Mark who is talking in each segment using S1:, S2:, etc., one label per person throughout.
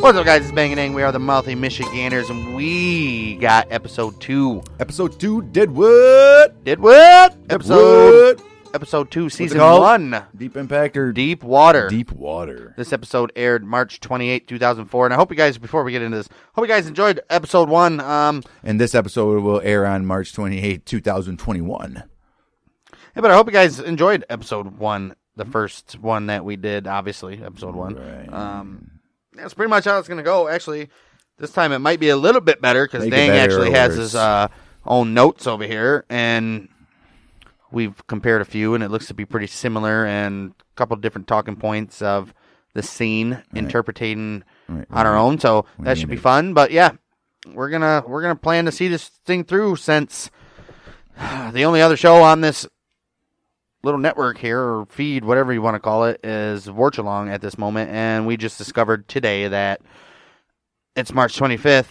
S1: What's up, guys? It's Bang and Ang. We are the Mouthy Michiganders, and we got episode two.
S2: Episode two, Deadwood.
S1: Did what? Episode
S2: Deadwood.
S1: episode two, season
S2: called?
S1: one.
S2: Deep Impact or
S1: Deep water.
S2: Deep Water.
S1: This episode aired March twenty eighth, two 2004. And I hope you guys, before we get into this, hope you guys enjoyed episode one. Um,
S2: And this episode will air on March twenty eighth, two 2021.
S1: hey, but I hope you guys enjoyed episode one, the first one that we did, obviously, episode one.
S2: Mm-hmm. Right.
S1: Um, that's pretty much how it's going to go. Actually, this time it might be a little bit better because
S2: Make it
S1: Dang
S2: better
S1: actually
S2: or
S1: has
S2: worse.
S1: his uh, own notes over here, and we've compared a few, and it looks to be pretty similar, and a couple different talking points of the scene, interpreting
S2: Right,
S1: on our own. So that should
S2: need
S1: be
S2: it.
S1: fun. But yeah, we're gonna we're gonna plan to see this thing through since the only other show on this little network here or feed, whatever you want to call it, is Warchalong at this moment, and we just discovered today that it's March 25th,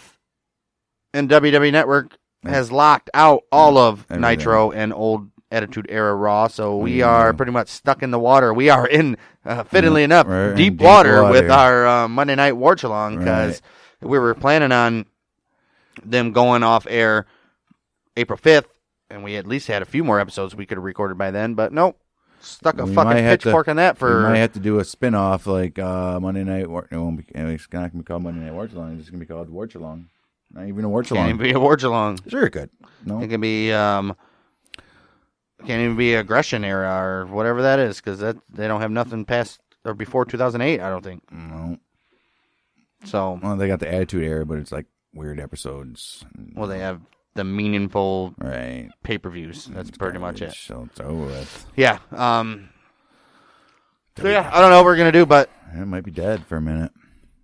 S1: and WWE Network has locked out all of
S2: Everything.
S1: Nitro and old Attitude Era Raw, so we
S2: Yeah.
S1: are pretty much stuck in the water. We are in, uh, fittingly enough,
S2: We're in
S1: deep,
S2: deep
S1: water,
S2: water.
S1: with our uh, Monday Night Warchalong because we were planning on them going off air April 5th, and we at least had a few more episodes we could have recorded by then, but nope. Stuck a
S2: We might
S1: fucking
S2: have to-
S1: pitchfork on that
S2: we
S1: for
S2: might have to do a spin off like uh, Monday Night War. It won't be, it's not going to be called Monday Night Watch Along. It's just going to be called Watch Along. Not even a Watch
S1: can't even
S2: Along.
S1: be a Warchalong.
S2: Sure, it could. No.
S1: It can be um, can't even be aggression era or whatever that is because that they don't have nothing past or before 2008. I don't think
S2: no.
S1: so.
S2: Well, they got the Attitude Era, but it's like weird episodes.
S1: Well, they have the meaningful
S2: Right.
S1: pay per views. That's pretty much it.
S2: So it's over with.
S1: Yeah. Um. So yeah, I don't know what we're gonna do, but
S2: It might be dead for a minute.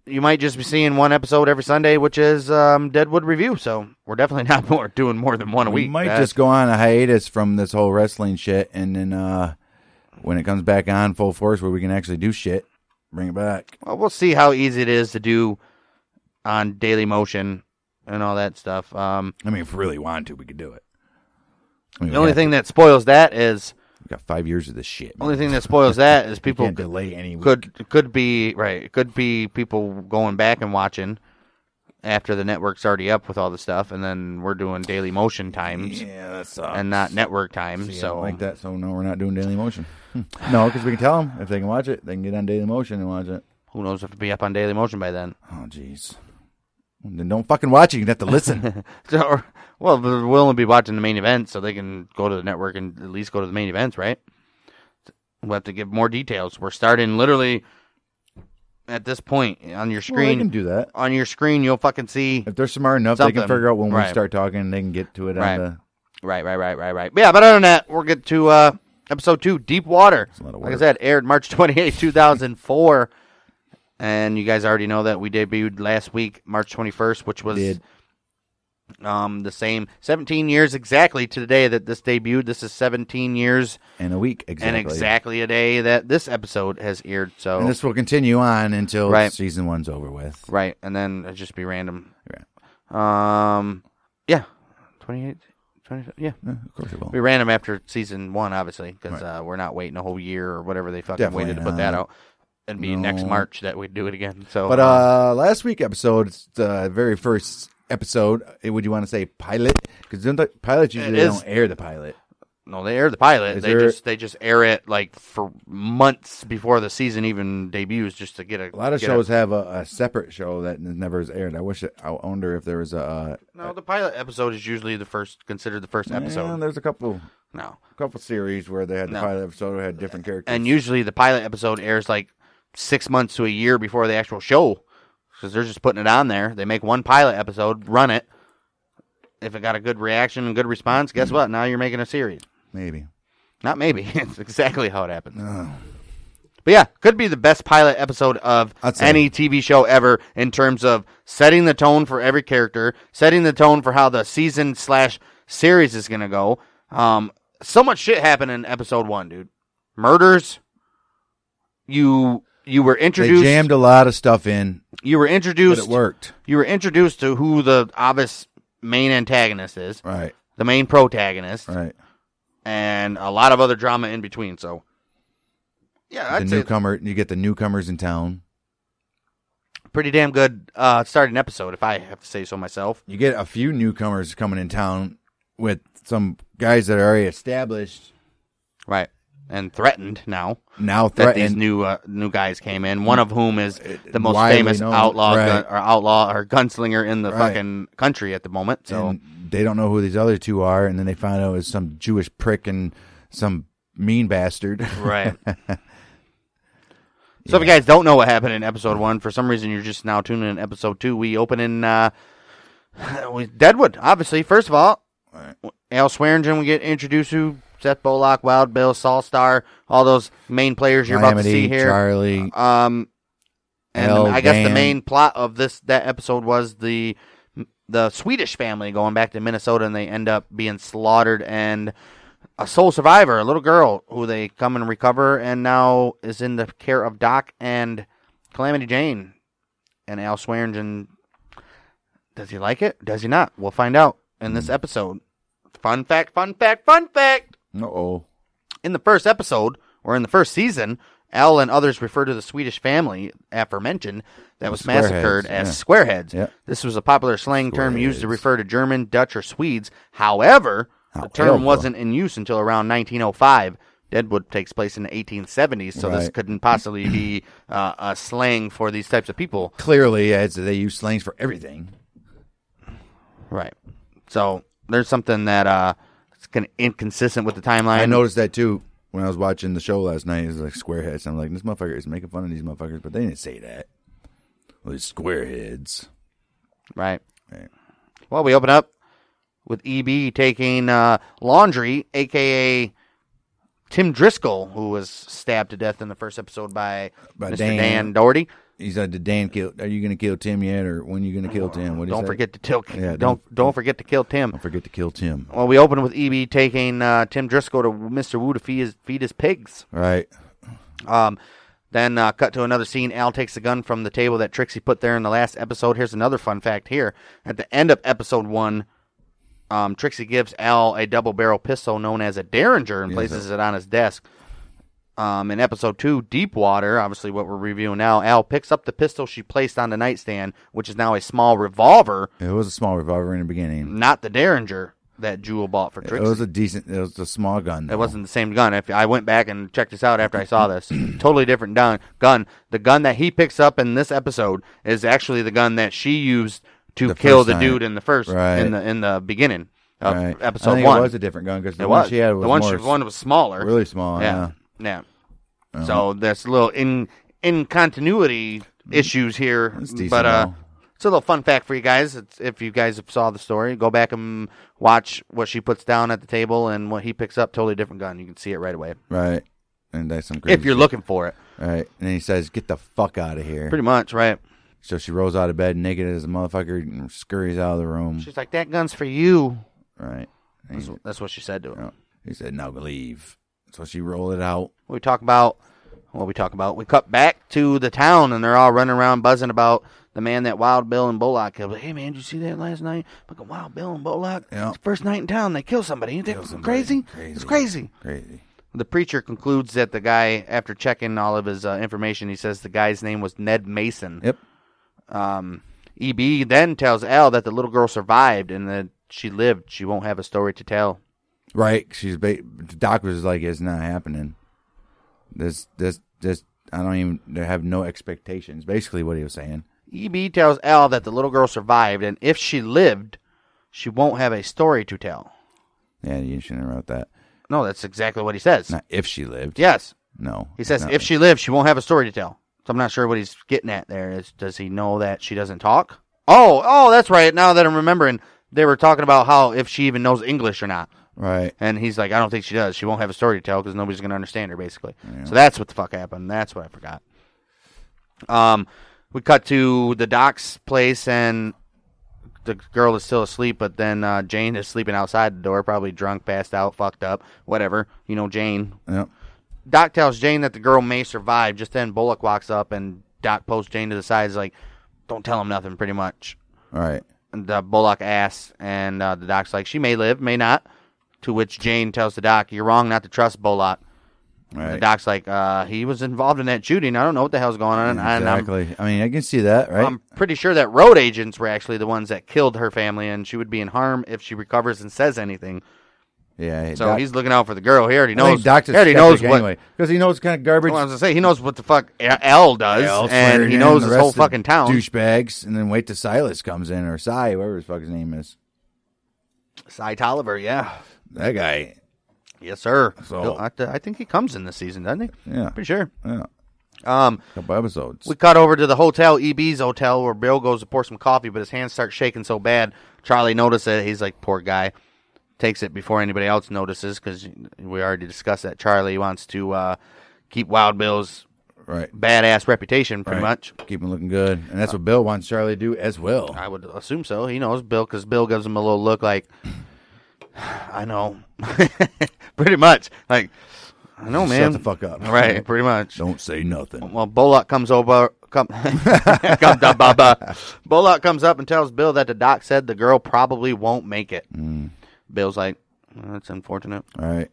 S1: you might just be seeing one episode every Sunday, which is um, Deadwood review. So we're definitely not more doing more than one a
S2: we
S1: week.
S2: might
S1: That's-
S2: just go on a hiatus from this whole wrestling shit, and then uh, when it comes back on full force, where we can actually do shit, bring it back.
S1: Well, we'll see how easy it is to do on Daily Motion and all that stuff. Um,
S2: I mean, if we really want to, we could do it. I mean,
S1: the
S2: we
S1: only
S2: got-
S1: thing that spoils that is
S2: we got five years of this shit.
S1: only thing that spoils that is
S2: people
S1: people
S2: can't delay any.
S1: could could be right. It could be people going back and watching after the network's already up with all the stuff, and then we're doing Daily Motion times
S2: yeah, that sucks.
S1: and not network time.
S2: Yeah, I
S1: so
S2: don't like that. So no, we're not doing Daily Motion. Hmm. no, because we can tell them if they can watch it, they can get on Daily Motion and watch it.
S1: who knows if it'll be up on Daily Motion by then?
S2: Oh, jeez. Then don't fucking watch it. You have to listen.
S1: So, or- well, but we'll only be watching the main event, so they can go to the network and at least go to the main events, right? We'll have to give more details. We're starting literally at this point on your
S2: well, they
S1: screen.
S2: can do that.
S1: on your screen, you'll fucking see.
S2: If they're smart enough, they can
S1: Something.
S2: figure out when
S1: Right.
S2: we start talking. They can get to it
S1: Right.
S2: on the
S1: Right, right, right, right, right. But yeah, but other than that, we'll get to uh, episode two, Deep Water.
S2: a lot of
S1: Like I
S2: work.
S1: said, aired March twenty eighth, 2004. and you guys already know that we debuted last week, March 21st, which was.
S2: Did.
S1: Um, the same 17 years exactly to the day that this debuted. This is 17 years
S2: in a week
S1: and
S2: exactly.
S1: exactly a day that this episode has aired. So
S2: And this will continue on until
S1: Right.
S2: season one's over with.
S1: right, and then it'd just be random.
S2: Right.
S1: Um, yeah, 28, 20, yeah,
S2: Yeah, of course it will.
S1: be random after season one, obviously, because
S2: Right.
S1: uh, we're not waiting a whole year or whatever they fucking
S2: Definitely
S1: waited to put that
S2: not.
S1: out. It'd be next
S2: No.
S1: March that we'd do it again. So,
S2: But uh, last week episode, it's the very first episode. eh, Would you want to say pilot? Because pilots usually
S1: is-
S2: don't air the pilot.
S1: no, they air the pilot.
S2: Is
S1: They
S2: there-
S1: just they just air it like for months before the season even debuts, just to get a,
S2: A lot of
S1: get
S2: shows have a, a separate show that n- never is aired. I wish. It, I wonder if there was a uh,
S1: No, the pilot episode is usually the first considered the first
S2: eh,
S1: episode.
S2: there's a couple
S1: No,
S2: couple series where they had the
S1: No.
S2: pilot episode had different characters.
S1: and usually the pilot episode airs like six months to a year before the actual show because they're just putting it on there they make one pilot episode run it if it got a good reaction and good response guess what now you're making a series
S2: maybe.
S1: not maybe it's exactly how it happens
S2: Oh.
S1: but yeah could be the best pilot episode of
S2: I'd say.
S1: any tv show ever in terms of setting the tone for every character setting the tone for how the season slash series is gonna go um so much shit happened in episode one dude murders you you were
S2: They
S1: introduced
S2: jammed a lot of stuff in,
S1: you were
S2: but
S1: introduced
S2: it worked.
S1: you were introduced to who the obvious main antagonist is
S2: Right,
S1: the main protagonist
S2: right.
S1: and a lot of other drama in between so yeah
S2: the
S1: i'd say
S2: newcomer, you get the newcomers in town.
S1: pretty damn good uh, starting episode, if I have to say so myself.
S2: you get a few newcomers coming in town with some guys that are already established
S1: Right. And threatened now
S2: now
S1: that these
S2: threatened
S1: new uh, new guys came in. One of whom is the most
S2: widely
S1: famous
S2: known,
S1: outlaw
S2: right.
S1: gun, or outlaw or gunslinger in the
S2: Right.
S1: fucking country at the moment. So
S2: and they don't know who these other two are and then they find out it's some jewish prick and some mean bastard
S1: right. So if you guys don't know what happened in episode one, for some reason you're just now tuning in episode two. We open in uh, with Deadwood, obviously. First of all,
S2: Right.
S1: Al Swearingen, we get introduced to Seth Bollock, Wild Bill, Saul Star, all those main players you're about to see
S2: Calamity,
S1: here.
S2: charlie
S1: Um, and
S2: Al
S1: I guess the
S2: Dan.
S1: main plot of this that episode was the the Swedish family going back to Minnesota, and they end up being slaughtered, and a sole survivor, a little girl, who they come and recover, and now is in the care of Doc and Calamity Jane, and Al Swearingen. Does he like it? Does he not? We'll find out in this episode. Fun fact! Fun fact! Fun fact!
S2: uh-oh
S1: in the first episode or in the first season, Al and others refer to the Swedish family aforementioned that was
S2: Squareheads,
S1: massacred as squareheads.
S2: Yeah.
S1: This was a popular slang term used to
S2: Squareheads.
S1: refer to German, Dutch, or Swedes. However, the term
S2: However.
S1: wasn't in use until around 1905. Deadwood takes place in the 1870s, so this
S2: Right.
S1: couldn't possibly be uh, a slang for these types of people.
S2: clearly yeah, it's, they use slangs for everything
S1: Right. So there's something that uh, it's kind of inconsistent with the timeline.
S2: I noticed that too when I was watching the show last night. It was like squareheads. I'm like, this motherfucker is making fun of these motherfuckers, but they didn't say that. Well, these squareheads.
S1: Right.
S2: Right.
S1: Well, we open up with EB taking uh, Laundry, aka Tim Driscoll, who was stabbed to death in the first episode by,
S2: By
S1: Mr. Dan,
S2: Dan.
S1: Doherty.
S2: He said, "Did Dan kill? Are you gonna kill Tim yet, or when you gonna kill Tim? What do you
S1: Don't
S2: say?
S1: forget to till,
S2: Yeah,
S1: don't, don't
S2: don't-
S1: forget to kill Tim.
S2: Don't forget to kill Tim.
S1: Well, we open with EB taking uh, Tim Driscoll to Mr. Wu to feed his, feed his pigs.
S2: Right.
S1: Um, then uh, cut to another scene. Al takes the gun from the table that Trixie put there in the last episode. Here's another fun fact here. At the end of episode one, um, Trixie gives Al a double barrel pistol known as a Derringer and places it on his desk. Um, in episode two, Deepwater, obviously what we're reviewing now, Al picks up the pistol she placed on the nightstand, which is now a small revolver,
S2: It was a small revolver in the beginning.
S1: not the Derringer that Jewel bought for
S2: It
S1: Trixie.
S2: was a decent. It was a small gun.
S1: It wasn't the same gun. If I went back and checked this out after I saw this, totally different gun. Gun. The gun that he picks up in this episode is actually the gun that she used to
S2: The
S1: kill
S2: first
S1: the
S2: time.
S1: dude in the first
S2: Right.
S1: in the in the beginning of
S2: Right. I
S1: uh, episode
S2: think
S1: one.
S2: It was a different gun because the
S1: It
S2: one
S1: was.
S2: she had was
S1: the one
S2: more
S1: she one was smaller.
S2: really small.
S1: Yeah.
S2: Oh, Yeah. Uh-huh.
S1: Yeah. So there's little in in continuity issues here,
S2: Mm. That's decent,
S1: but uh,
S2: though.
S1: it's a little fun fact for you guys. It's, if you guys have saw the story, go back and watch what she puts down at the table and what he picks up. Totally different gun. You can see it right away
S2: Right. And that's some.
S1: if
S2: crazy
S1: you're
S2: shit.
S1: looking for it.
S2: right, and he says, "Get the fuck out of here."
S1: Pretty much, right?
S2: So she rolls out of bed naked as a motherfucker and scurries out of the room.
S1: She's like, "That gun's for you."
S2: right. And
S1: That's,
S2: he,
S1: that's what she said to him.
S2: no. he said, "Now leave." So she rolled it out.
S1: We talk about what we talk about. We cut back to the town, and they're all running around buzzing about the man that Wild Bill and Bullock killed. Like, hey, man, did you see that last night? Fucking Wild Bill and Bullock.
S2: Yeah.
S1: It's the first night in town, they kill somebody. Ain't that
S2: Kill somebody.
S1: crazy?
S2: Crazy.
S1: It's crazy.
S2: Crazy.
S1: The preacher concludes that the guy, after checking all of his uh, information, he says the guy's name was Ned Mason.
S2: Yep.
S1: Um, EB then tells Al that the little girl survived and that she lived. She won't have a story to tell.
S2: Right. She's ba- the doc was like, "It's not happening." This, this, this. I don't even they have no expectations. Basically, what he was saying.
S1: EB tells Al that the little girl survived, and if she lived, she won't have a story to tell.
S2: Yeah, you shouldn't have wrote that.
S1: No, that's exactly what he says.
S2: Not if she lived.
S1: Yes.
S2: No.
S1: He says,
S2: No.
S1: if she lives, she won't have a story to tell. So I'm not sure what he's getting at there. Is, does he know that she doesn't talk? Oh, oh, that's right. Now that I'm remembering, they were talking about how if she even knows English or not.
S2: Right.
S1: And he's like, I don't think she does. She won't have a story to tell because nobody's going to understand her, basically. So that's what the fuck happened. That's what I forgot. Um, we cut to the doc's place, and the girl is still asleep, but then uh, Jane is sleeping outside the door, probably drunk, passed out, fucked up, whatever. You know, Jane.
S2: Yep.
S1: Doc tells Jane that the girl may survive. Just then, Bullock walks up, and Doc pulls Jane to the side. Is like, don't tell him nothing, pretty much
S2: All right.
S1: the Bullock asks, and uh, the doc's like, she may live, may not. To which Jane tells the doc, you're wrong not to trust Bullock. The
S2: Right.
S1: doc's like, uh, he was involved in that shooting. I don't know what the hell's going on. And I'm,
S2: Exactly. I mean, I can see that, right?
S1: I'm pretty sure that road agents were actually the ones that killed her family, and she would be in harm if she recovers and says anything.
S2: yeah.
S1: So
S2: doc-
S1: he's looking out for the girl. He already
S2: I think
S1: knows.
S2: Doc's a
S1: he already
S2: skeptic
S1: knows what.
S2: anyway because he knows kind of garbage.
S1: Well, I was gonna say he knows what the fuck L does,
S2: Al
S1: and
S2: Swearingen
S1: he knows
S2: the
S1: his whole
S2: rest of
S1: fucking town.
S2: Douchebags, and then wait till Silas comes in or Cy, whatever his fucking name is.
S1: Cy Tolliver, yeah,
S2: That guy.
S1: yes, sir.
S2: So-
S1: He'll- I, I think he comes in this season, doesn't he?
S2: Yeah.
S1: Pretty sure.
S2: Yeah.
S1: Um,
S2: Couple episodes.
S1: we cut over to the hotel, EB's hotel, where Bill goes to pour some coffee, but his hands start shaking so bad. Charlie notices it. He's like, poor guy. Takes it before anybody else notices because we already discussed that Charlie wants to uh, keep Wild Bill's
S2: right.
S1: badass reputation, pretty
S2: Right.
S1: much.
S2: Keep him looking good, and that's what Bill wants Charlie to do as well.
S1: I would assume so. He knows Bill because Bill gives him a little look like, I know. pretty much. Like, I know, man.
S2: Shut the fuck up.
S1: Right, pretty much.
S2: Don't say nothing.
S1: Well, Bollock comes over. Come, come da, ba, ba. Bollock comes up and tells Bill that the doc said the girl probably won't make it.
S2: Mm.
S1: Bill's like, "Oh, that's unfortunate.
S2: All right.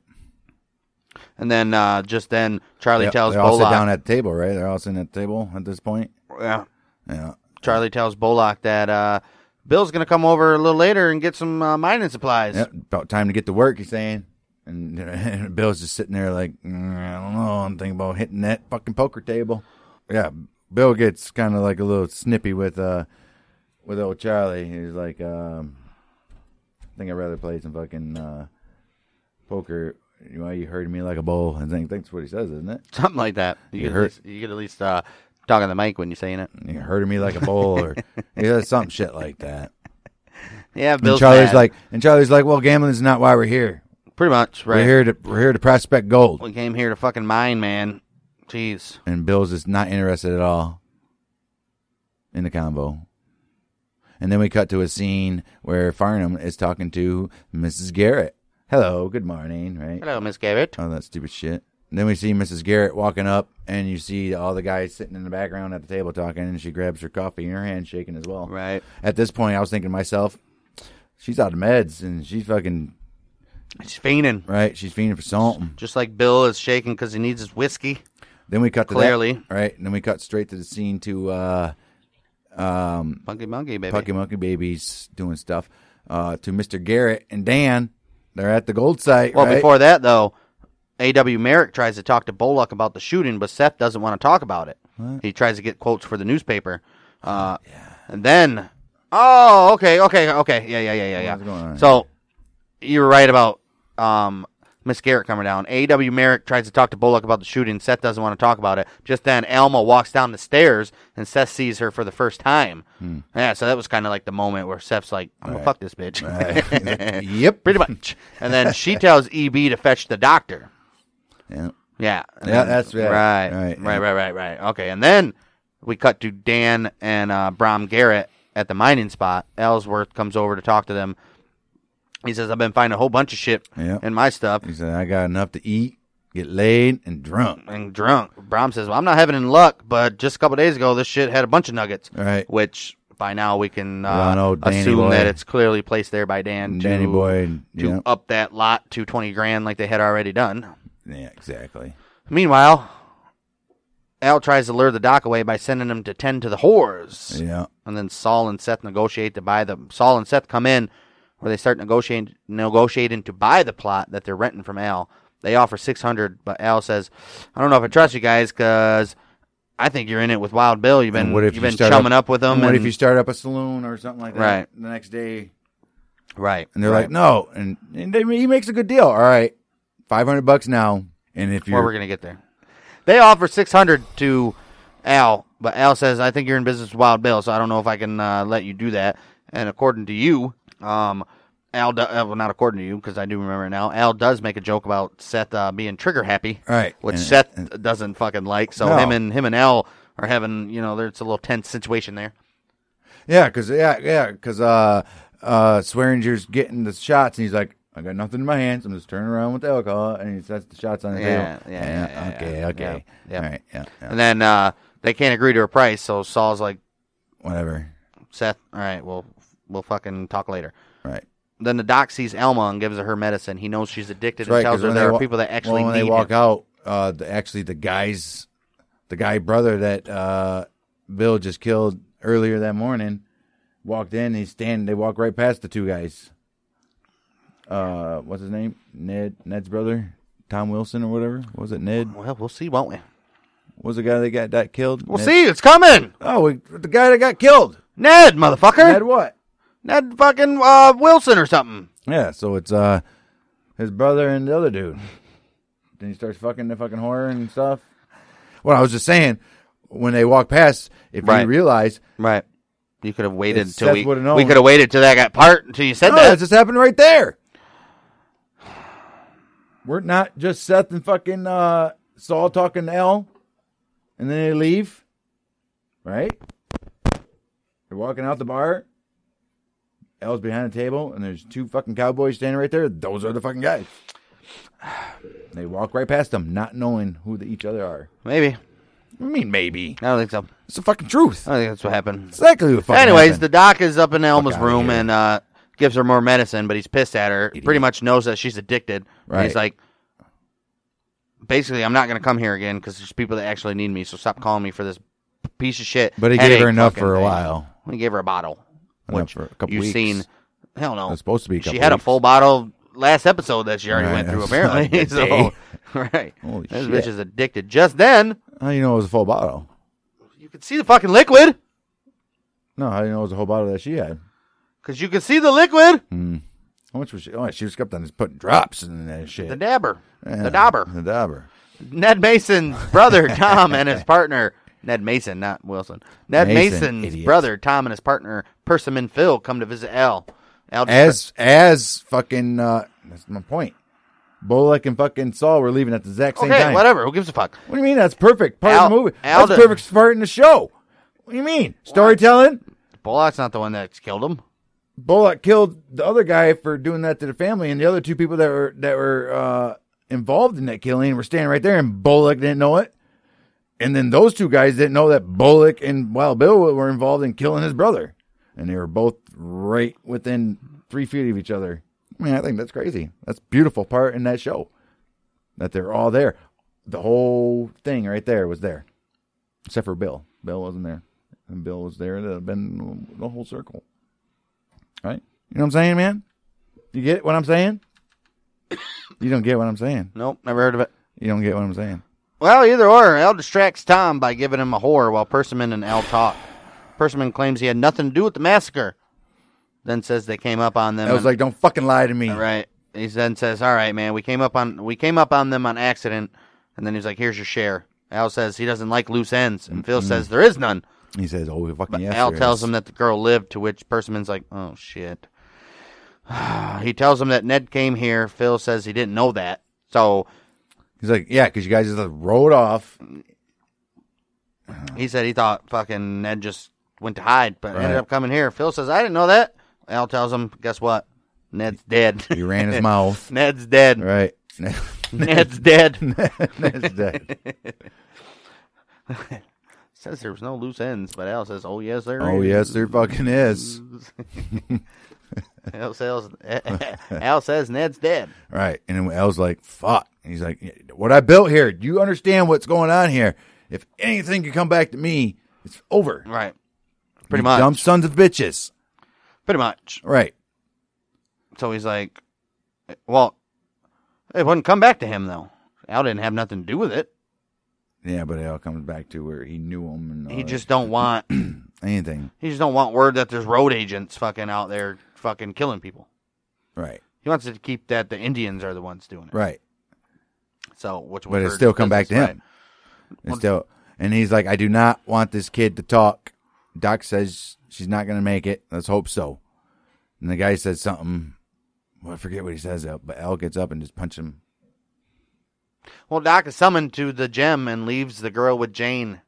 S1: And then uh, just then, Charlie
S2: They-
S1: tells
S2: they all sit down
S1: Bollock.
S2: at the table, right? They're all sitting at the table at this point.
S1: Yeah,
S2: Yeah.
S1: Charlie tells Bollock that uh, Bill's gonna come over a little later and get some uh, mining supplies.
S2: Yep, about time to get to work, he's saying. And Bill's just sitting there like, "Mm, I don't know, I'm thinking about hitting that fucking poker table. Yeah, Bill gets kind of like a little snippy with uh with old Charlie. He's like, um, I think I'd rather play some fucking uh, poker. Why you hurting me like a bull? I think that's what he says, isn't it?
S1: Something like that. You
S2: You
S1: get at
S2: heard-
S1: least, you get at least uh, talk on the mic when you're saying it.
S2: You hurting me like a bull, or he says some shit like that.
S1: Yeah,
S2: And
S1: Bill's
S2: Charlie's
S1: mad.
S2: like, and Charlie's like, well, gambling's not why we're here.
S1: pretty much right.
S2: We're here to we're here to prospect gold.
S1: We came here to fucking mine, man. Jeez.
S2: and Bill's just not interested at all in the combo. And then we cut to a scene where Farnham is talking to Mrs. Garrett. Hello, good morning, right?
S1: Hello, Miss Gabbett.
S2: All that stupid shit. And then we see Mrs. Garrett walking up, and you see all the guys sitting in the background at the table talking, and she grabs her coffee and her hand shaking as well.
S1: Right.
S2: At this point, I was thinking to myself, she's out of meds, and she's fucking,
S1: She's fiending.
S2: right? She's fiending for something.
S1: Just like Bill is shaking because he needs his whiskey.
S2: Then we cut to that-
S1: Clearly.
S2: right? And then we cut straight to the scene to uh,
S1: Monkey, monkey, baby.
S2: Pucky Monkey Babies doing stuff uh, to Mr. Garrett and Dan. They're at the gold site.
S1: well,
S2: right?
S1: before that, though, A.W. Merrick tries to talk to Bollock about the shooting, but Seth doesn't want to talk about it. He tries to get quotes for the newspaper.
S2: Oh,
S1: Uh, And then, oh, okay, okay, okay. Yeah, yeah, yeah, yeah, yeah.
S2: What's going on
S1: so you were right about um, Miss Garrett coming down. A.W. Merrick tries to talk to Bullock about the shooting. Seth doesn't want to talk about it. Just then, Alma walks down the stairs and Seth sees her for the first time.
S2: Hmm.
S1: Yeah, so that was kind of like the moment where Seth's like, I'm going to fuck this bitch.
S2: yep.
S1: Pretty much. And then she tells E.B. to fetch the doctor.
S2: Yeah.
S1: Yeah.
S2: Yeah, that's right.
S1: Right. Right.
S2: Right,
S1: Right.
S2: yeah.
S1: Right. Right. Okay. And then we cut to Dan and uh, Brom Garrett at the mining spot. Ellsworth comes over to talk to them. He says, "I've been finding a whole bunch of shit
S2: Yeah.
S1: in my stuff
S2: He said, I got enough to eat, get laid, and drunk.
S1: and drunk." Brom says, "Well, I'm not having any luck, but just a couple days ago, this shit had a bunch of nuggets."
S2: Right.
S1: Which by now we can
S2: Ron,
S1: uh,
S2: old Danny
S1: assume
S2: boy.
S1: that it's clearly placed there by Dan to,
S2: Danny Boy. And,
S1: to
S2: yeah.
S1: up that lot to twenty grand like they had already done.
S2: yeah, exactly.
S1: Meanwhile, Al tries to lure the doc away by sending him to tend to the whores.
S2: Yeah.
S1: And then Saul and Seth negotiate to buy them. Saul and Seth come in where they start negotiating negotiating to buy the plot that they're renting from Al. They offer 600, but Al says, "I don't know if I trust you guys cuz I think you're in it with Wild Bill. You've been
S2: And what if
S1: you've
S2: you
S1: been
S2: start
S1: chumming up,
S2: up-
S1: with them
S2: And what if you start up a saloon or something like that
S1: Um, Right.
S2: the next day?
S1: Right.
S2: And they're like, no. And, and they, he makes a good deal. All right. 500 bucks now. And if
S1: Well,
S2: you're
S1: we're gonna get there. They offer six hundred to Al, but Al says, "I think you're in business with Wild Bill, so I don't know if I can uh, let you do that." And according to you, um, Al, do- uh, well, not according to you, because I do remember it now. Al does make a joke about Seth uh, being trigger happy,
S2: Right.
S1: Which
S2: And-
S1: Seth doesn't fucking like. So
S2: No.
S1: him and him and Al are having, you know, there's a little tense situation there.
S2: Yeah, cause yeah, yeah, cause uh, uh, Swearinger's getting the shots, and he's like, "I got nothing in my hands. I'm just turning around with the alcohol," and he sets the shots on the
S1: Yeah, yeah,
S2: table.
S1: yeah, yeah,
S2: okay,
S1: yeah.
S2: okay,
S1: Yeah, yeah.
S2: all right, yeah, yeah.
S1: And then uh, they can't agree to a price, so Saul's like,
S2: whatever,
S1: "Seth, all right, we'll we'll fucking talk later."
S2: right?
S1: then the doc sees Elma and gives her her medicine. He knows she's addicted
S2: That's right.
S1: and tells her
S2: when
S1: there
S2: they
S1: are
S2: wa-
S1: people that actually
S2: well, when
S1: need
S2: they walk
S1: him.
S2: out, uh, the, actually the guy's the guy brother that uh, Bill just killed earlier that morning walked in. He's standing. They walk right past the two guys. Uh, what's his name? Ned. Ned's brother, Tom Wilson or whatever. What was it Ned?
S1: Well, we'll see, won't we?
S2: What was the guy that got that killed?
S1: We'll
S2: Ned-
S1: see. It's coming.
S2: Oh, we, the guy that got killed.
S1: Ned, motherfucker.
S2: Ned what?
S1: Ned fucking uh, Wilson or something.
S2: Yeah, so it's uh his brother and the other dude. Then he starts fucking the fucking horror and stuff. Well, I was just saying, when they walk past, if
S1: Right.
S2: you realize,
S1: Right. You could have waited
S2: If
S1: until
S2: Seth
S1: we
S2: would've known.
S1: we could have waited till that got part until you said
S2: no, that
S1: that.
S2: just happened right there. We're not just Seth and fucking uh, Saul talking to L, and then they leave, right? They're walking out the bar. L's behind a table, and there's two fucking cowboys standing right there. Those are the fucking guys. They walk right past them, not knowing who the, each other are.
S1: Maybe.
S2: I mean, maybe Uh,
S1: I don't think so.
S2: it's the fucking truth.
S1: I don't think that's what happened.
S2: Exactly what the fuck.
S1: Anyways, the doc is up in Elma's
S2: outta
S1: room
S2: here.
S1: and uh, gives her more medicine, but he's pissed at her. Pretty much knows that she's addicted. And
S2: Right.
S1: He's like, basically, I'm not going to come here again because there's people that actually need me. So stop calling me for this piece of shit.
S2: but he gave her
S1: headache
S2: enough
S1: fucking
S2: for a
S1: thing.
S2: while.
S1: He gave her a bottle.
S2: Enough
S1: Which
S2: for a couple
S1: you've
S2: weeks.
S1: seen. Hell no.
S2: It's supposed to be. A couple
S1: she had a
S2: weeks.
S1: full bottle last episode that she already
S2: Right,
S1: went through,
S2: that's not a
S1: apparently.
S2: good
S1: so,
S2: day.
S1: right.
S2: Holy
S1: this
S2: shit.
S1: bitch is addicted. Just then,
S2: How do you know it was a full bottle?
S1: you could see the fucking liquid
S2: No, how do you know it was a whole bottle that she had?
S1: because you could see the liquid.
S2: How much was she? Oh, she was kept on just putting drops in that shit.
S1: The dabber.
S2: Yeah,
S1: The dauber.
S2: The dauber.
S1: Ned Mason's brother, Tom, and his partner, Ned Mason, not Wilson. Ned
S2: Mason,
S1: Mason's
S2: idiot.
S1: brother, Tom, and his partner, Persimmon Phil, come to visit Al. Al just-
S2: As as fucking uh, that's my point. Bolek and fucking Saul were leaving at the exact same
S1: okay,
S2: time.
S1: whatever. Who gives a fuck?
S2: What do you mean? That's perfect part
S1: Al-
S2: of the movie.
S1: Al
S2: that's
S1: did-
S2: perfect part in the show. What do you mean? Storytelling.
S1: Bullock's not the one that killed him.
S2: Bolek killed the other guy for doing that to the family, and the other two people that were that were uh, involved in that killing were standing right there, and Bolek didn't know it. And then those two guys didn't know that Bolek and Wild Bill were involved in killing his brother, and they were both right within three feet of each other. I mean, I think that's crazy. That's a beautiful part in that show that they're all there. The whole thing right there was there, except for Bill. Bill wasn't there, and Bill was there. That had been the whole circle. Right? You know what I'm saying, man? You get what I'm saying? you don't get what I'm saying.
S1: Nope, never heard of it.
S2: You don't get what I'm saying.
S1: Well, either or, Al distracts Tom by giving him a whore while Persimmon and Al talk. Persimmon claims he had nothing to do with the massacre, then says they came up on them.
S2: I was
S1: and-
S2: like, don't fucking lie to me.
S1: right. He then says, "All right, man, we came up on we came up on them on accident," and then he's like, "Here's your share." Al says he doesn't like loose ends, and Phil says there is none.
S2: He says, oh, we fucking yes.
S1: Al
S2: there
S1: tells
S2: is.
S1: him that the girl lived, to which Persimon's like, "Oh shit." he tells him that Ned came here. Phil says he didn't know that, so
S2: He's like, yeah, because you guys just like, rode off.
S1: He said he thought fucking Ned just went to hide, but
S2: Right.
S1: ended up coming here. Phil says, I didn't know that. Al tells him, guess what? Ned's dead.
S2: He ran his mouth.
S1: Ned's dead.
S2: Right.
S1: Ned's dead.
S2: That's that.
S1: says there was no loose ends, but Al says, oh, yes, there
S2: Oh,
S1: is."
S2: yes, there fucking is.
S1: Al says, eh, Al says Ned's dead.
S2: Right. And then Al's like, fuck. And he's like, what I built here, do you understand what's going on here? If anything can come back to me, it's over.
S1: Right. Pretty
S2: You
S1: much.
S2: Dumb sons of bitches.
S1: Pretty much.
S2: Right.
S1: So he's like, well, it wouldn't come back to him, though. Al didn't have nothing to do with it.
S2: Yeah, but it all comes back to where he knew him and all
S1: He
S2: that.
S1: just don't want
S2: anything.
S1: He just don't want word that there's road agents fucking out there fucking killing people.
S2: Right.
S1: He wants it to keep that the Indians are the ones doing it.
S2: Right.
S1: So which
S2: But it still come back to him. And still and he's like, I do not want this kid to talk. Doc says she's not gonna make it. Let's hope so. And the guy says something well, I forget what he says though, but Al gets up and just punches him.
S1: Well, Doc is summoned to the gem and leaves the girl with Jane.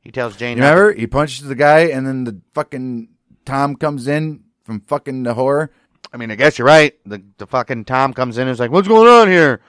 S1: He tells Jane.
S2: You
S1: not to-
S2: remember? He punches the guy and then the fucking Tom comes in from fucking the horror.
S1: I mean, I guess you're right. The the fucking Tom comes in and is like, "What's going on here?"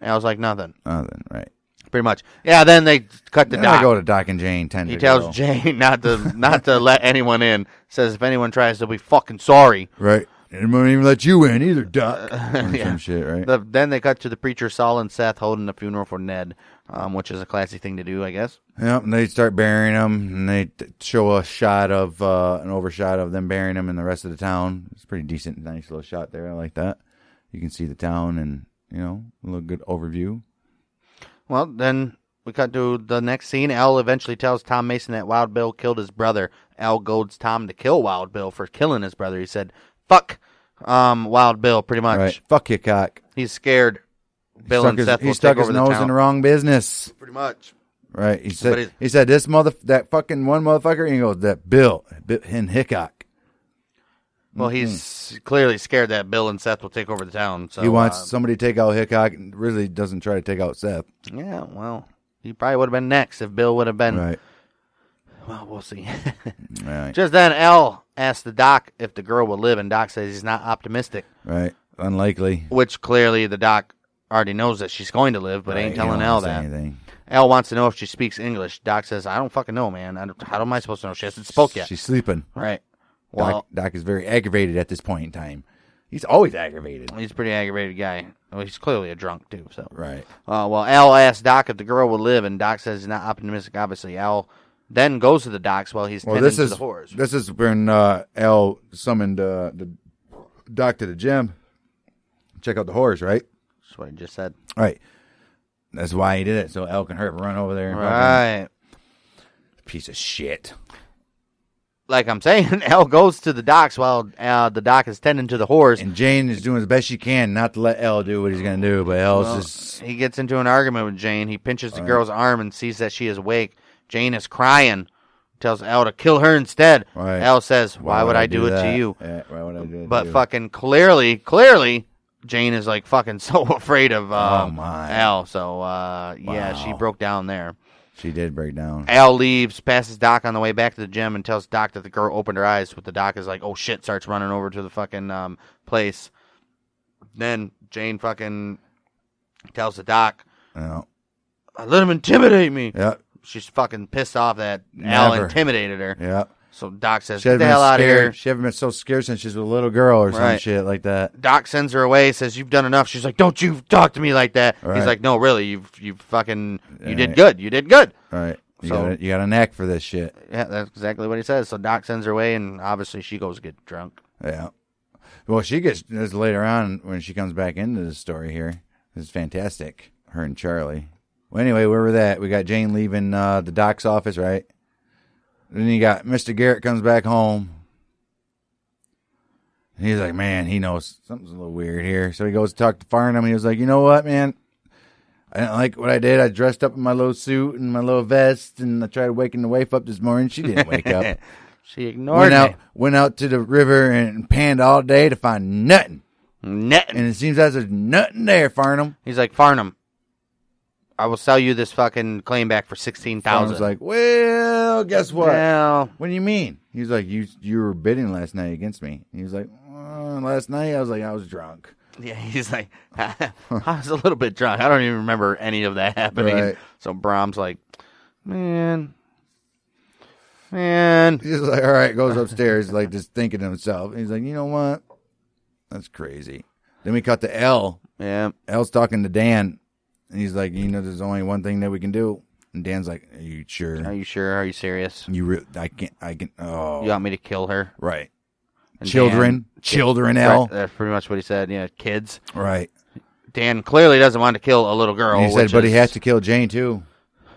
S1: And I was like, "Nothing."
S2: Oh then right.
S1: Pretty much. Yeah. Then they cut the
S2: Then I
S1: doc.
S2: go to Doc and Jane ten
S1: he
S2: to
S1: tells
S2: go.
S1: Jane not to not to let anyone in. Says if anyone tries, they'll be fucking sorry.
S2: Right. They won't even let you in either, Doc. Or
S1: Yeah.
S2: Some shit, right?
S1: The, then they cut to the preacher Saul and Seth holding the funeral for Ned, um, which is a classy thing to do, I guess.
S2: Yep, and they start burying him, and they t- show a shot of uh, an overshot of them burying him and the rest of the town. It's pretty decent, nice little shot there. I like that. You can see the town, and you know, a little good overview.
S1: Well, then we cut to the next scene. Al eventually tells Tom Mason that Wild Bill killed his brother. Al goads Tom to kill Wild Bill for killing his brother. He said, "Fuck, um, Wild Bill." Pretty much,
S2: Right? Fuck you, cock.
S1: he's scared. Bill
S2: stuck
S1: and
S2: his,
S1: Seth
S2: he
S1: will
S2: stuck
S1: take
S2: his
S1: over
S2: nose
S1: the town.
S2: in the wrong business.
S1: Pretty much.
S2: Right? He
S1: But
S2: said.
S1: it-
S2: He said this mother that fucking one motherfucker. And he goes that Bill, Bill and Hickok. Mm-hmm.
S1: Well, he's clearly scared that Bill and Seth will take over the town. So
S2: he wants
S1: uh,
S2: somebody to take out Hickok, and really doesn't try to take out Seth.
S1: uh, yeah, well, he probably would have been next if Bill would have been.
S2: Right?
S1: Well, we'll see.
S2: Right?
S1: Just then, Al asks the doc if the girl will live, and Doc says he's not optimistic.
S2: Right? Unlikely.
S1: which clearly the doc already knows that she's going to live, but
S2: Right,
S1: ain't
S2: he
S1: telling
S2: don't
S1: Al
S2: say
S1: that.
S2: Anything.
S1: Al wants to know if she speaks English. Doc says, "I don't fucking know, man. I don't, how am I supposed to know? She hasn't spoke yet."
S2: She's sleeping.
S1: right.
S2: Doc,
S1: Well,
S2: Doc is very aggravated at this point in time. He's always aggravated.
S1: he's a pretty aggravated guy. Well, he's clearly a drunk too. So,
S2: Right.
S1: uh, well, Al asks Doc if the girl will live, and Doc says he's not optimistic. Obviously, Al then goes to the docks while he's
S2: Well,
S1: tending
S2: this
S1: to
S2: is
S1: the horse.
S2: this is when uh, Al summoned uh, the Doc to the gym. Check out the horse, right?
S1: That's what I just said.
S2: Right. That's why he did it. So Al can hurt run over there. And fucking-
S1: Right.
S2: Piece of shit.
S1: Like I'm saying, Al goes to the docks while uh, the doc is tending to the horse.
S2: And Jane is doing the best she can not to let Al do what he's gonna do, but Al's just
S1: He gets into an argument with Jane. He pinches the girl's arm and sees that she is awake. Jane is crying. Tells Al to kill her instead.
S2: Right.
S1: Al says, "Why, would I do, it to
S2: that?
S1: you?"
S2: Yeah, why would I do it to
S1: But
S2: you?
S1: fucking clearly, clearly, Jane is like fucking so afraid of um,
S2: Oh, my.
S1: Al. So uh, yeah, she
S2: Wow.
S1: broke down there.
S2: she did break down.
S1: Al leaves, passes Doc on the way back to the gym, and tells Doc that the girl opened her eyes. With the Doc is like, "Oh shit!" Starts running over to the fucking um, place. Then Jane fucking tells the Doc,
S2: Yeah.
S1: "I let him intimidate me."
S2: Yeah.
S1: she's fucking pissed off that Al
S2: Never.
S1: intimidated her.
S2: Yeah.
S1: So Doc says,
S2: She
S1: "Get
S2: had
S1: the
S2: been
S1: hell out of
S2: scared.
S1: here."
S2: She had been so scared since she was a little girl or some
S1: Right.
S2: shit like that.
S1: Doc sends her away. Says, "You've done enough." She's like, "Don't you talk to me like that?"
S2: Right.
S1: He's like, "No, really. You've you fucking you did
S2: Right.
S1: good. You did good."
S2: All right. You,
S1: So-
S2: got a, you got a knack for this shit.
S1: Yeah, that's exactly what he says. So Doc sends her away, and obviously she goes get drunk.
S2: Yeah. Well, she gets this later on when she comes back into the story here. This is fantastic. Her and Charlie. Well, anyway, where we're at, we got Jane leaving uh, the doc's office, right? Then you got Mr. Garrett comes back home. And he's like, man, he knows something's a little weird here. So he goes to talk to Farnham. He was like, you know what, man? I didn't like what I did. I dressed up in my little suit and my little vest, and I tried waking the wife up this morning. She didn't wake up
S1: She ignored
S2: went
S1: me.
S2: out went out to the river and panned all day to find nothing.
S1: Net.
S2: And it seems as there's nothing there, Farnham.
S1: He's like, "Farnham, I will sell you this fucking claim back for sixteen
S2: Farnham's
S1: thousand.
S2: like, Well, guess what?
S1: Well,
S2: What do you mean? He's like, You you were bidding last night against me. He was like, "Uh, last night I was like, I was drunk.
S1: Yeah, he's like, I was a little bit drunk. I don't even remember any of that happening.
S2: Right.
S1: So Brahms like, man, man,
S2: He's like, All right, goes upstairs, like just thinking to himself. He's like, You know what? That's crazy. Then we cut to L.
S1: yeah,
S2: L's talking to Dan. And he's like, You know, there's only one thing that we can do. And Dan's like, Are you sure?
S1: are you sure? Are you serious?
S2: you re- I can't I can oh
S1: You want me to kill her?
S2: Right.
S1: And
S2: children, children,
S1: Dan-
S2: L.
S1: Right, that's pretty much what he said. Yeah, kids.
S2: Right.
S1: Dan clearly doesn't want to kill a little girl.
S2: And he said,
S1: which
S2: but he
S1: is-
S2: has to kill Jane too.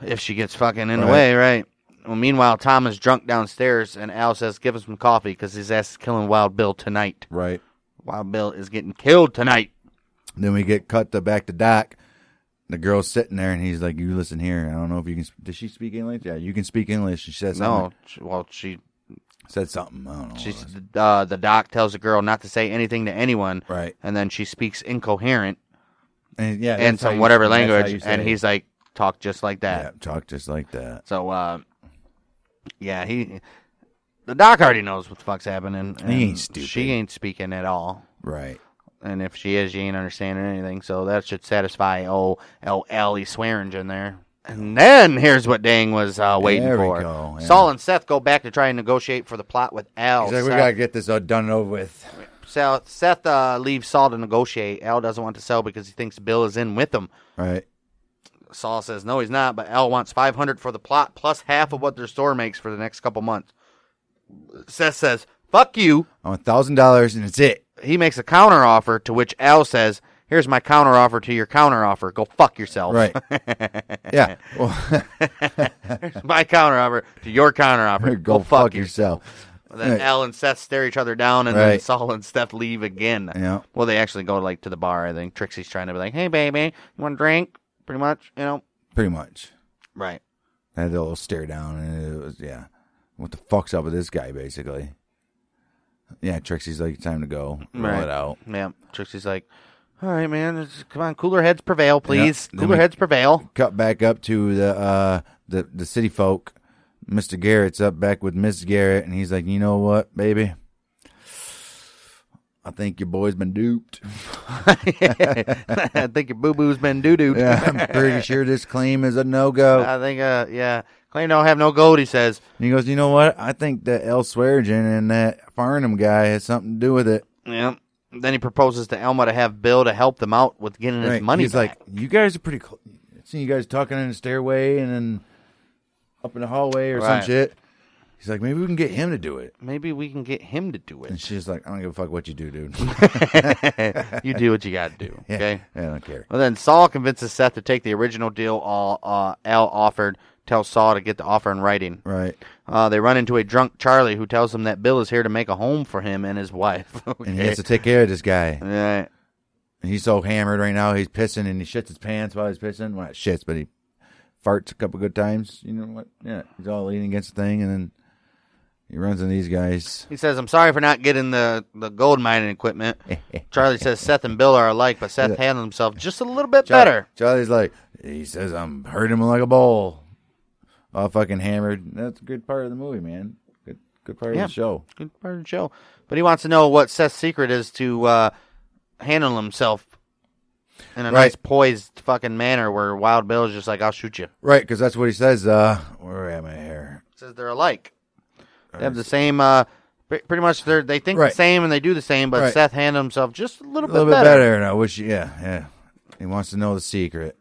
S1: if she gets fucking in the
S2: Right.
S1: way, right? Well, meanwhile, Tom is drunk downstairs, and Al says, "Give him some coffee because his ass is killing Wild Bill tonight.
S2: Right.
S1: Wild Bill is getting killed tonight."
S2: Then we get cut to back to Doc. The girl's sitting there, and he's like, "You listen here. I don't know if you can. sp- Does she speak English? Yeah, you can speak English." And she said something.
S1: No, she- well, she
S2: Said something. I don't know.
S1: She's uh, the doc tells the girl not to say anything to anyone,
S2: right.
S1: and then she speaks incoherent
S2: And yeah,
S1: in
S2: that's how
S1: some
S2: you-
S1: whatever
S2: that's how you
S1: language,
S2: say
S1: and
S2: it.
S1: he's like, talk just like that.
S2: yeah, talk just like that.
S1: So, uh, yeah, he, the doc already knows what the fuck's happening. And
S2: He ain't stupid.
S1: She ain't speaking at all,
S2: Right.
S1: and if she is, she ain't understanding anything. So that should satisfy old old Ellie Swearingen there. And then here's what Dang was uh, waiting
S2: There we
S1: for.
S2: go, yeah.
S1: Saul and Seth go back to try and negotiate for the plot with Al.
S2: He's like, "We
S1: Seth-
S2: gotta get this uh, done and over with."
S1: Seth, Seth uh, leaves Saul to negotiate. Al doesn't want to sell because he thinks Bill is in with him.
S2: Right.
S1: Saul says no, he's not. But Al wants five hundred for the plot plus half of what their store makes for the next couple months. Seth says, "Fuck you."
S2: I want thousand dollars and it's it.
S1: He makes a counter offer to which Al says, "Here's my counter offer to your counter offer. Go fuck yourself."
S2: Right. yeah. Well,
S1: my counter offer to your counter offer.
S2: go, fuck, yourself.
S1: Then
S2: Right.
S1: Al and Seth stare each other down, and then
S2: Right.
S1: Saul and Steph leave again.
S2: Yeah.
S1: Well, they actually go like to the bar. I think Trixie's trying to be like, "Hey, baby, you want a drink?" Pretty much, you know.
S2: Pretty much.
S1: Right.
S2: I had a little stare down, and it was yeah. What the fuck's up with this guy? Basically. Yeah, Trixie's like time to go. Roll
S1: Right.
S2: it out.
S1: Yeah. Trixie's like, "All right, man, it's- come on, cooler heads prevail, please.
S2: then
S1: Cooler
S2: we-
S1: heads prevail."
S2: Cut back up to the uh the the city folk. Mister Garrett's up back with Miss Garrett, and he's like, you know what, baby. I think your boy's been duped.
S1: I think your boo boo's been doo doo.
S2: Yeah, I'm pretty sure this claim is a no go.
S1: I think, uh, yeah. Claim don't have no gold. He says,
S2: And he goes, you know what? I think that El Swearingen and that Farnham guy has something to do with it.
S1: "Yeah." Then he proposes to Elma to have Bill to help them out with getting his
S2: Right.
S1: money.
S2: He's
S1: back.
S2: like, you guys are pretty close. Seen you guys talking in the stairway and then up in the hallway or some
S1: Right.
S2: shit. He's like, maybe we can get him to do it.
S1: maybe we can get him to do
S2: And
S1: it.
S2: she's like, I don't give a fuck what you do, dude.
S1: you do what you got to do.
S2: Yeah,
S1: Okay.
S2: I don't care.
S1: Well, then Saul convinces Seth to take the original deal all, uh, Al offered, tells Saul to get the offer in writing.
S2: Right.
S1: Uh, they run into a drunk Charlie who tells them that Bill is here to make a home for him and his wife.
S2: And he
S1: Okay.
S2: has to take care of this guy.
S1: Right.
S2: And he's so hammered right now, he's pissing and he shits his pants while he's pissing. Well, not shits, but he farts a couple good times. You know what? Yeah. He's all leaning against the thing and then he runs into these guys.
S1: He says, I'm sorry for not getting the, the gold mining equipment. Charlie says Seth and Bill are alike, but Seth handled himself just a little bit
S2: Charlie-
S1: better.
S2: Charlie's like, he says, I'm hurting him like a bull. All fucking hammered. That's a good part of the movie, man. Good, good part
S1: Yeah.
S2: of the show.
S1: Good part of the show. But he wants to know what Seth's secret is to uh, handle himself in a
S2: Right.
S1: nice, poised fucking manner where Wild Bill is just like, I'll shoot you.
S2: Right, because that's what he says. Uh, where am I here?
S1: says they're alike. They have the same. Uh, pre- pretty much, they they think
S2: Right.
S1: the same and they do the same. But
S2: Right.
S1: Seth handled himself just a little,
S2: A little
S1: bit,
S2: bit
S1: better.
S2: better. And I wish, yeah, yeah. He wants to know the secret.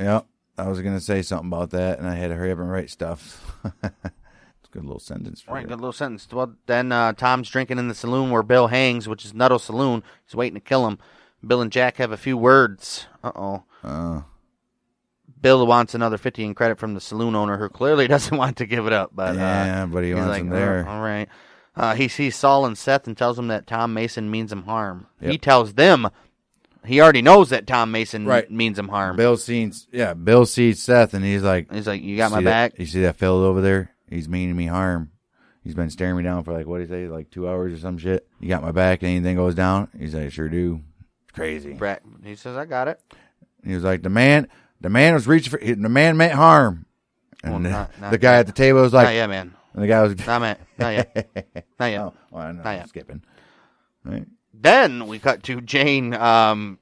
S2: Yep. I was gonna say something about that, and I had to hurry up and write stuff. it's a good little sentence. For
S1: Right,
S2: you.
S1: good little sentence. Well, then uh, Tom's drinking in the saloon where Bill hangs, which is Nuttall's saloon. He's waiting to kill him. Bill and Jack have a few words. Uh oh.
S2: Uh,
S1: Bill wants another fifty in credit from the saloon owner, who clearly doesn't want to give it up. But uh,
S2: yeah, but he
S1: he's
S2: wants
S1: like,
S2: him
S1: "Uh,
S2: there.
S1: All right. Uh, he sees Saul and Seth and tells them that Tom Mason means him harm. He
S2: Yep.
S1: tells them he already knows that Tom Mason
S2: Right.
S1: means him harm.
S2: Bill sees, yeah, Bill sees Seth, and he's like,
S1: He's like, "You got my
S2: See that-
S1: back."
S2: You see that fella over there? He's meaning me harm. He's been staring me down for like what did he say, like two hours or some shit. You got my back, and anything goes down. He's like, sure do. It's crazy.
S1: Brett, he says, "I got it."
S2: He was like, the man, the man was reaching for the man meant harm. And
S1: Well,
S2: the,
S1: not- not
S2: the guy at the table was
S1: Not
S2: like,
S1: yet, man.
S2: and the guy was,
S1: Not yet. Not yet. Not yet.
S2: oh, well, I know,
S1: Not
S2: I'm
S1: yet.
S2: skipping. Right.
S1: Then we cut to Jane. Um,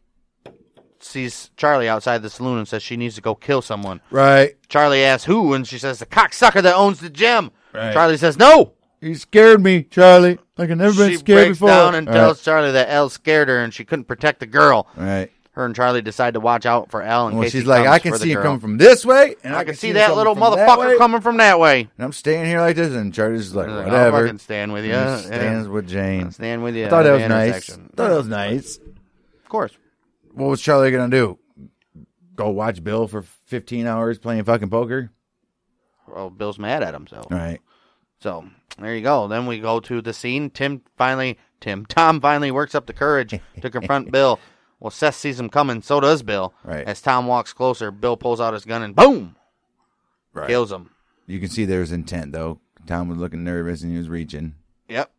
S1: sees Charlie outside the saloon and says she needs to go kill someone.
S2: right.
S1: Charlie asks who, and she says the cocksucker that owns the gym.
S2: Right.
S1: Charlie says no.
S2: He scared me, Charlie. Like I never been
S1: she
S2: scared
S1: breaks
S2: before.
S1: down and
S2: All
S1: tells Charlie that Elle scared her and she couldn't protect the girl.
S2: right. All right.
S1: Her and Charlie decide to watch out for Elle in
S2: Well,
S1: case
S2: she's
S1: he
S2: like,
S1: comes
S2: I can
S1: for the
S2: see him
S1: girl.
S2: coming from this way, and
S1: I can see that little motherfucker
S2: coming.
S1: coming from that way.
S2: And I'm staying here like this, and Charlie's just like,
S1: He's like, I'll
S2: whatever.
S1: fucking stand with you.
S2: And he stands with Jane.
S1: Stand with you.
S2: I thought
S1: at
S2: that
S1: the
S2: was nice.
S1: intersection.
S2: Thought that was nice.
S1: Of course.
S2: What was Charlie gonna do? Go watch Bill for 15 hours playing fucking poker?
S1: Well, Bill's mad at himself.
S2: All right.
S1: So there you go. Then we go to the scene. Tim finally, Tim, Tom finally works up the courage to confront Bill. Well, Seth sees him coming. So does Bill.
S2: Right.
S1: As Tom walks closer, Bill pulls out his gun and boom,
S2: Right.
S1: kills him.
S2: You can see there was intent though. Tom was looking nervous and he was reaching.
S1: Yep.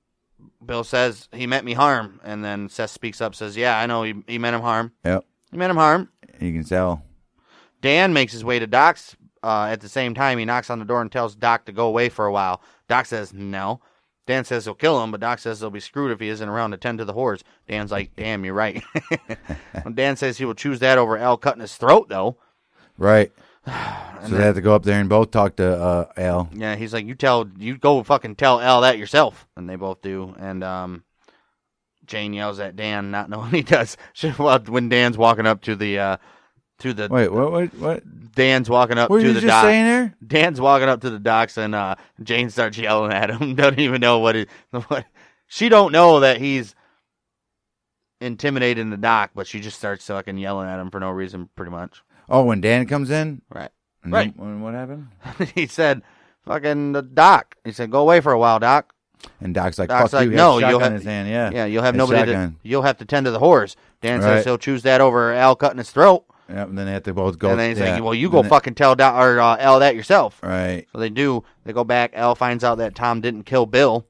S1: Bill says he meant me harm, and then Seth speaks up, says, "Yeah, I know he, he meant him harm.
S2: Yep.
S1: He meant him harm."
S2: You can tell.
S1: Dan makes his way to Doc's. Uh, at the same time, he knocks on the door and tells Doc to go away for a while. Doc says no. Dan says he'll kill him, but Doc says they'll be screwed if he isn't around to tend to the horse. Dan's like, "Damn, you're right." Dan says he will choose that over Al cutting his throat, though.
S2: Right. so they have to go up there and both talk to uh, Al.
S1: Yeah, he's like, "You tell, you go fucking tell Al that yourself," and they both do. And um, Jane yells at Dan, not knowing he does. She, well, when Dan's walking up to the uh, to the
S2: Wait, what? What? What?
S1: Dan's walking up
S2: What were
S1: to
S2: you
S1: the
S2: just
S1: dock.
S2: saying there?
S1: Dan's walking up to the docks, and uh, Jane starts yelling at him. Doesn't even know what it. What, she don't know that he's intimidating the doc, but she just starts fucking yelling at him for no reason, pretty much.
S2: Oh, when Dan comes in,
S1: Right.
S2: And
S1: Right.
S2: then- and what happened?
S1: he said, "Fucking the doc." He said, "Go away for a while, doc.
S2: And Doc's like,
S1: Doc's
S2: "Fuck
S1: like,
S2: you!" he
S1: no,
S2: had a
S1: you'll
S2: shotgun
S1: have-
S2: in his hand. Yeah,
S1: Yeah, you'll have
S2: And
S1: nobody. To,
S2: shotgun.
S1: you'll have to tend to the whores." Dan
S2: Right.
S1: says he'll choose that over Al cutting his throat,
S2: Yeah, and then they have to both go.
S1: and then he's
S2: yeah.
S1: like, "Well, you
S2: And
S1: go
S2: then-
S1: fucking tell doc or uh, Al that yourself."
S2: Right.
S1: So they do. They go back. Al finds out that Tom didn't kill Bill.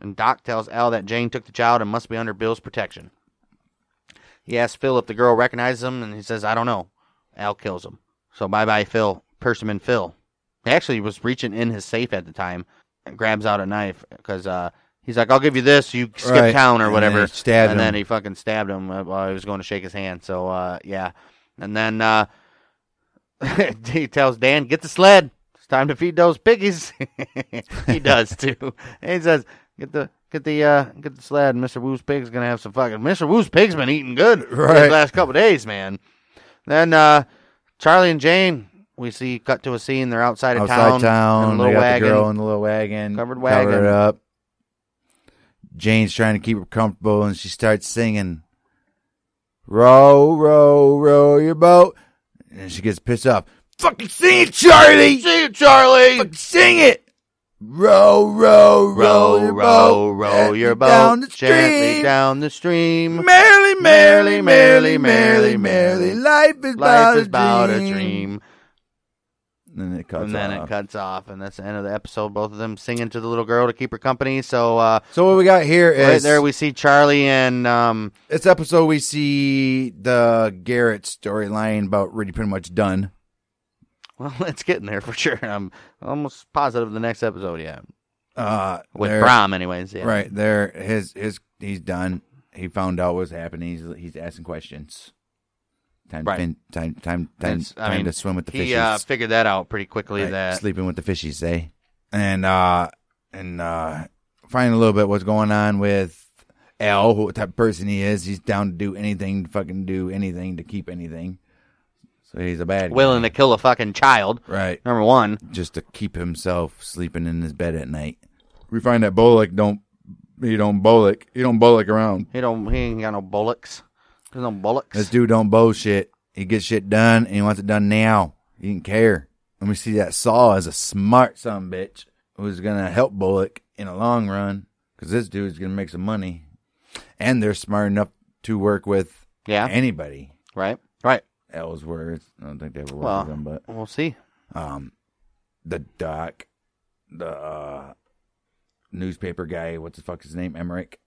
S1: And Doc tells Al that Jane took the child and must be under Bill's protection. He asks Phil if the girl recognizes him, and he says, I don't know. Al kills him. So bye bye, Phil. Persimmon Phil. He actually was reaching in his safe at the time and grabs out a knife because uh, he's like, I'll give you this. You skip
S2: Right.
S1: town or
S2: And
S1: whatever.
S2: then he stabbed
S1: and
S2: him.
S1: then he fucking stabbed him uh, while he was going to shake his hand. So, uh, yeah. And then uh, he tells Dan, "Get the sled. It's time to feed those piggies." he does too. And he says, "Get the get the uh, get the sled. Mister Woo's pig's gonna have some fucking." Mister Woo's pig's been eating good
S2: Right.
S1: these last couple days, man. Then uh, Charlie and Jane, we see cut to a scene. They're outside of
S2: Outside
S1: town, in
S2: town,
S1: a
S2: they
S1: little
S2: got
S1: wagon.
S2: the girl in the little wagon,
S1: Covered
S2: cover
S1: wagon.
S2: it up. Jane's trying to keep her comfortable, and she starts singing, "Row, row, row your boat," and she gets pissed off. Fucking sing it, Charlie!
S1: See you, Charlie.
S2: Fucking sing it! Row, row, row,
S1: Row,
S2: your
S1: row,
S2: boat,
S1: row your boat
S2: down the
S1: gently
S2: stream.
S1: down the stream.
S2: Merrily, merrily, merrily, merrily, merrily, life
S1: Life
S2: is about,
S1: is about
S2: a,
S1: a
S2: dream.
S1: dream.
S2: And then it cuts
S1: and then
S2: off.
S1: it cuts off, and that's the end of the episode. Both of them singing to the little girl to keep her company. So uh,
S2: So what we got here is
S1: right there, we see Charlie and um,
S2: This episode, we see the Garrett storyline about really pretty much done.
S1: well, it's getting there for sure. I'm almost positive the next episode, yeah,
S2: Uh,
S1: with
S2: there-
S1: Brom, anyways. Yeah.
S2: right there, his his he's done. He found out what's happening. He's he's asking questions. Time
S1: Right.
S2: fin- time time time
S1: It's- I
S2: time
S1: mean,
S2: to swim with the fishes.
S1: He uh, figured that out pretty quickly.
S2: Right,
S1: That
S2: sleeping with the fishies, eh? And uh, and uh, find a little bit what's going on with Al, who what type of person he is. He's down to do anything, to fucking do anything to keep anything. So he's a bad guy.
S1: willing to kill a fucking child.
S2: right?
S1: Number one,
S2: just to keep himself sleeping in his bed at night. We find that Bolek don't he don't Bolek he don't Bolek around.
S1: he don't he ain't got no bullocks. There's no bullocks.
S2: This dude don't bullshit. He gets shit done and he wants it done now. He didn't care. And we see that Saul is a smart son of a bitch who's gonna help Bolek in the long run because this dude's gonna make some money, and they're smart enough to work with
S1: yeah,
S2: anybody.
S1: right, right.
S2: Ellsworth, I don't think they ever worked
S1: Well,
S2: with him, but
S1: We'll see.
S2: um, the doc, the uh, newspaper guy. What's the fuck his name? Emmerich.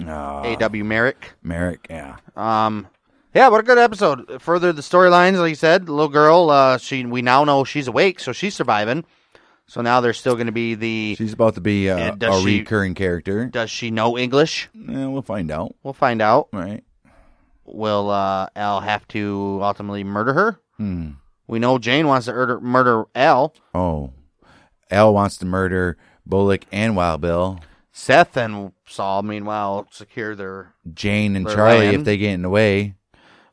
S2: Uh,
S1: A. W. Merrick.
S2: Merrick. Yeah.
S1: Um, yeah, what a good episode. Further the storylines, like you said, the little girl. Uh, she we now know she's awake, so she's surviving. So now there's still going to be the
S2: She's about to be uh,
S1: And does
S2: a
S1: she-
S2: recurring character.
S1: does she know English?
S2: Yeah, Eh, we'll find out.
S1: We'll find out.
S2: Right.
S1: Will uh, Al have to ultimately murder her?
S2: Hmm.
S1: We know Jane wants to murder murder Al.
S2: Oh, Al wants to murder Bullock and Wild Bill.
S1: Seth and Saul, meanwhile, secure their
S2: Jane and
S1: For
S2: Charlie
S1: Lan.
S2: if they get in the way.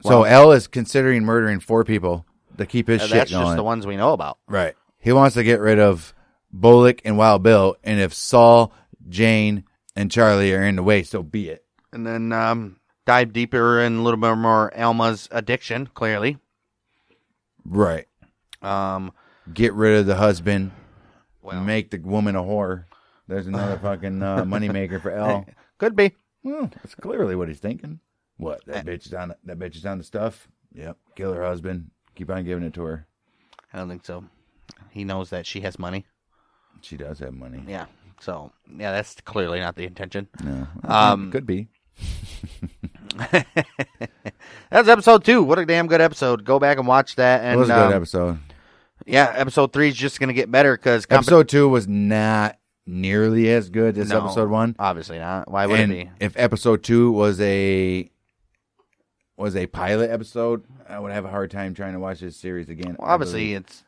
S2: so
S1: Well-
S2: Al is considering murdering four people to keep his
S1: Uh,
S2: shit
S1: that's
S2: going.
S1: just the ones we know about.
S2: Right. He wants to get rid of Bullock and Wild Bill, and if Saul, Jane, and Charlie are in the way, so be it.
S1: And then um, dive deeper in a little bit more Alma's addiction, clearly.
S2: Right.
S1: Um,
S2: Get rid of the husband.
S1: well,
S2: Make the woman a whore. There's another fucking uh, moneymaker for L.
S1: could be.
S2: Well, that's clearly what he's thinking. What that bitch is on? That bitch is on the stuff. Yep. Kill her husband. Keep on giving it to her.
S1: I don't think so. He knows that she has money.
S2: She does have money.
S1: Yeah. So yeah, that's clearly not the intention.
S2: No.
S1: Um,
S2: could be.
S1: That's episode two. What a damn good episode. Go back and watch that. And
S2: it was a
S1: um,
S2: good episode.
S1: yeah, episode three is just gonna get better because
S2: episode two was not nearly as good as
S1: No.
S2: episode one.
S1: obviously not. Why would
S2: and
S1: it be?
S2: if episode two was a was a pilot episode, I would have a hard time trying to watch this series again.
S1: Well, obviously it's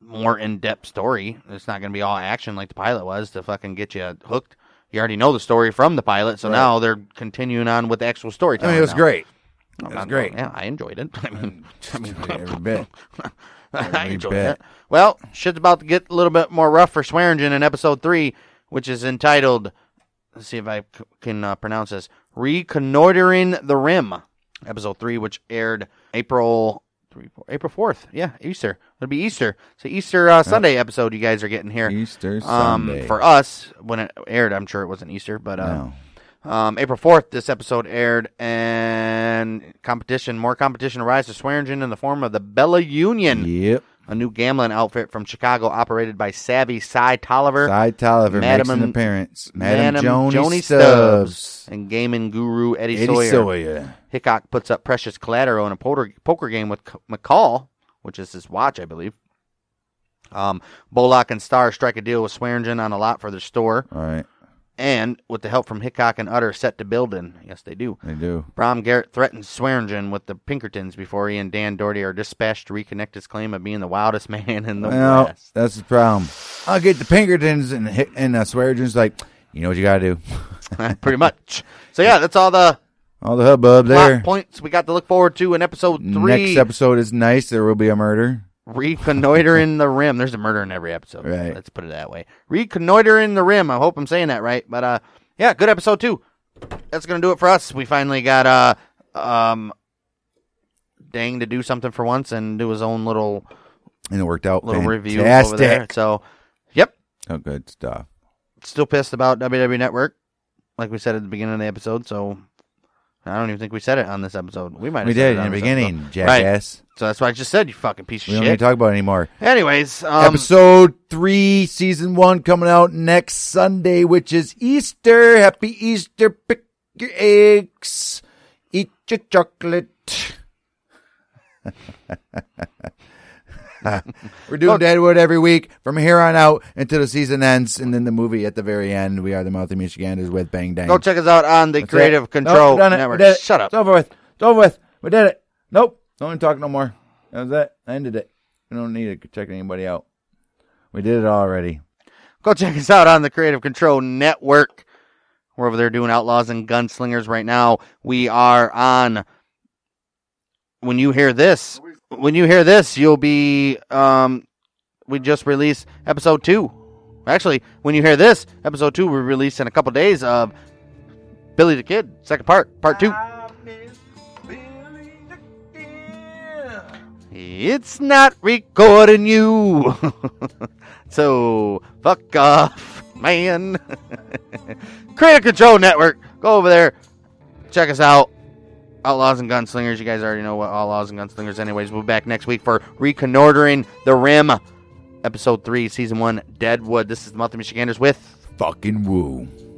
S1: more in depth story. It's not gonna be all action like the pilot was to fucking get you hooked. you already know the story from the pilot, so now they're continuing on with the actual
S2: I
S1: storytelling.
S2: mean, it was
S1: now.
S2: great.
S1: No,
S2: It
S1: not-
S2: was great.
S1: Yeah, I enjoyed it. I mean,
S2: Every bit.
S1: I
S2: You
S1: enjoyed
S2: bet.
S1: it. Well, shit's about to get a little bit more rough for Swearingen in episode three, which is entitled. Let's see if I c- can uh, pronounce this. Reconnoitering the Rim, episode three, which aired April three, four, April fourth. Yeah, Easter. It'll be Easter. So Easter uh, Sunday episode you guys are getting here.
S2: Easter
S1: Um,
S2: Sunday.
S1: for us, when it aired, I'm sure it wasn't Easter, but uh,
S2: No.
S1: um, April 4th, this episode aired, and competition, more competition arises to Swearingen in the form of the Bella Union,
S2: Yep.
S1: a new gambling outfit from Chicago operated by savvy Cy Tolliver
S2: Cy Tolliver
S1: Madam-
S2: makes an appearance. Madam,
S1: Madam
S2: Joni,
S1: Joni
S2: Stubbs.
S1: and gaming guru Eddie,
S2: Eddie
S1: Sawyer.
S2: Sawyer.
S1: Hickok puts up precious collateral in a poker, poker game with C- McCall, which is his watch, I believe. Um, Bollock and Starr strike a deal with Swearingen on a lot for their store,
S2: All right.
S1: and with the help from Hickok and Utter, set to building. Yes, they do.
S2: They do.
S1: Brom Garrett threatens Swearingen with the Pinkertons before he and Dan Doherty are dispatched to reconnect his claim of being the wildest man in the
S2: Well,
S1: West.
S2: that's the problem. I'll get the Pinkertons and hit, and uh, Swearingen's like, you know what you got to do.
S1: Pretty much. So yeah, that's all the
S2: All the hubbub there.
S1: plot points we got to look forward to in episode three.
S2: Next episode is nice. There will be a murder.
S1: Reconnoitering the rim. There's a murder in every episode.
S2: Right.
S1: Let's put it that way. Reconnoitering the rim. I hope I'm saying that right. But uh, yeah, good episode two. That's gonna do it for us. We finally got uh um Dang to do something for once and do his own little
S2: And it worked out
S1: little review over there.
S2: fantastic.
S1: So, yep.
S2: Oh, good stuff.
S1: still pissed about WWE Network, like we said at the beginning of the episode. So I don't even think we said it on this episode. We might. Have
S2: We
S1: said
S2: did
S1: it
S2: in
S1: on
S2: the
S1: this
S2: beginning,
S1: episode.
S2: jackass.
S1: So that's what I just said. You fucking piece
S2: We
S1: of
S2: don't need to
S1: shit.
S2: talk about it anymore.
S1: Anyways, um,
S2: episode three, season one, coming out next Sunday, which is Easter. Happy Easter! Pick your eggs, eat your chocolate. We're doing Deadwood every week from here on out until the season ends, and then the movie at the very end. We are the Mouthy Michiganders with Bang Dang.
S1: go check us out on the
S2: That's
S1: Creative
S2: it.
S1: Control
S2: Nope, we're done it. We
S1: Network.
S2: did it.
S1: Shut up.
S2: It's over with. It's over with. We did it. Nope. Don't even talk no more. That was it. I ended it. We don't need to check anybody out. We did it already.
S1: Go check us out on the Creative Control Network. We're over there doing Outlaws and Gunslingers right now. We are on. When you hear this, when you hear this, you'll be. Um, we just released episode two. Actually, when you hear this, episode two we released in a couple days of Billy the Kid, second part, part two. It's not recording you. so fuck off, man. Creative Control Network. Go over there. Check us out. Outlaws and Gunslingers. You guys already know what Outlaws and Gunslingers. Anyways, we'll be back next week for Reconnoitering the Rim, Episode 3, Season 1, Deadwood. This is the Month of Michiganders with
S2: Fucking woo.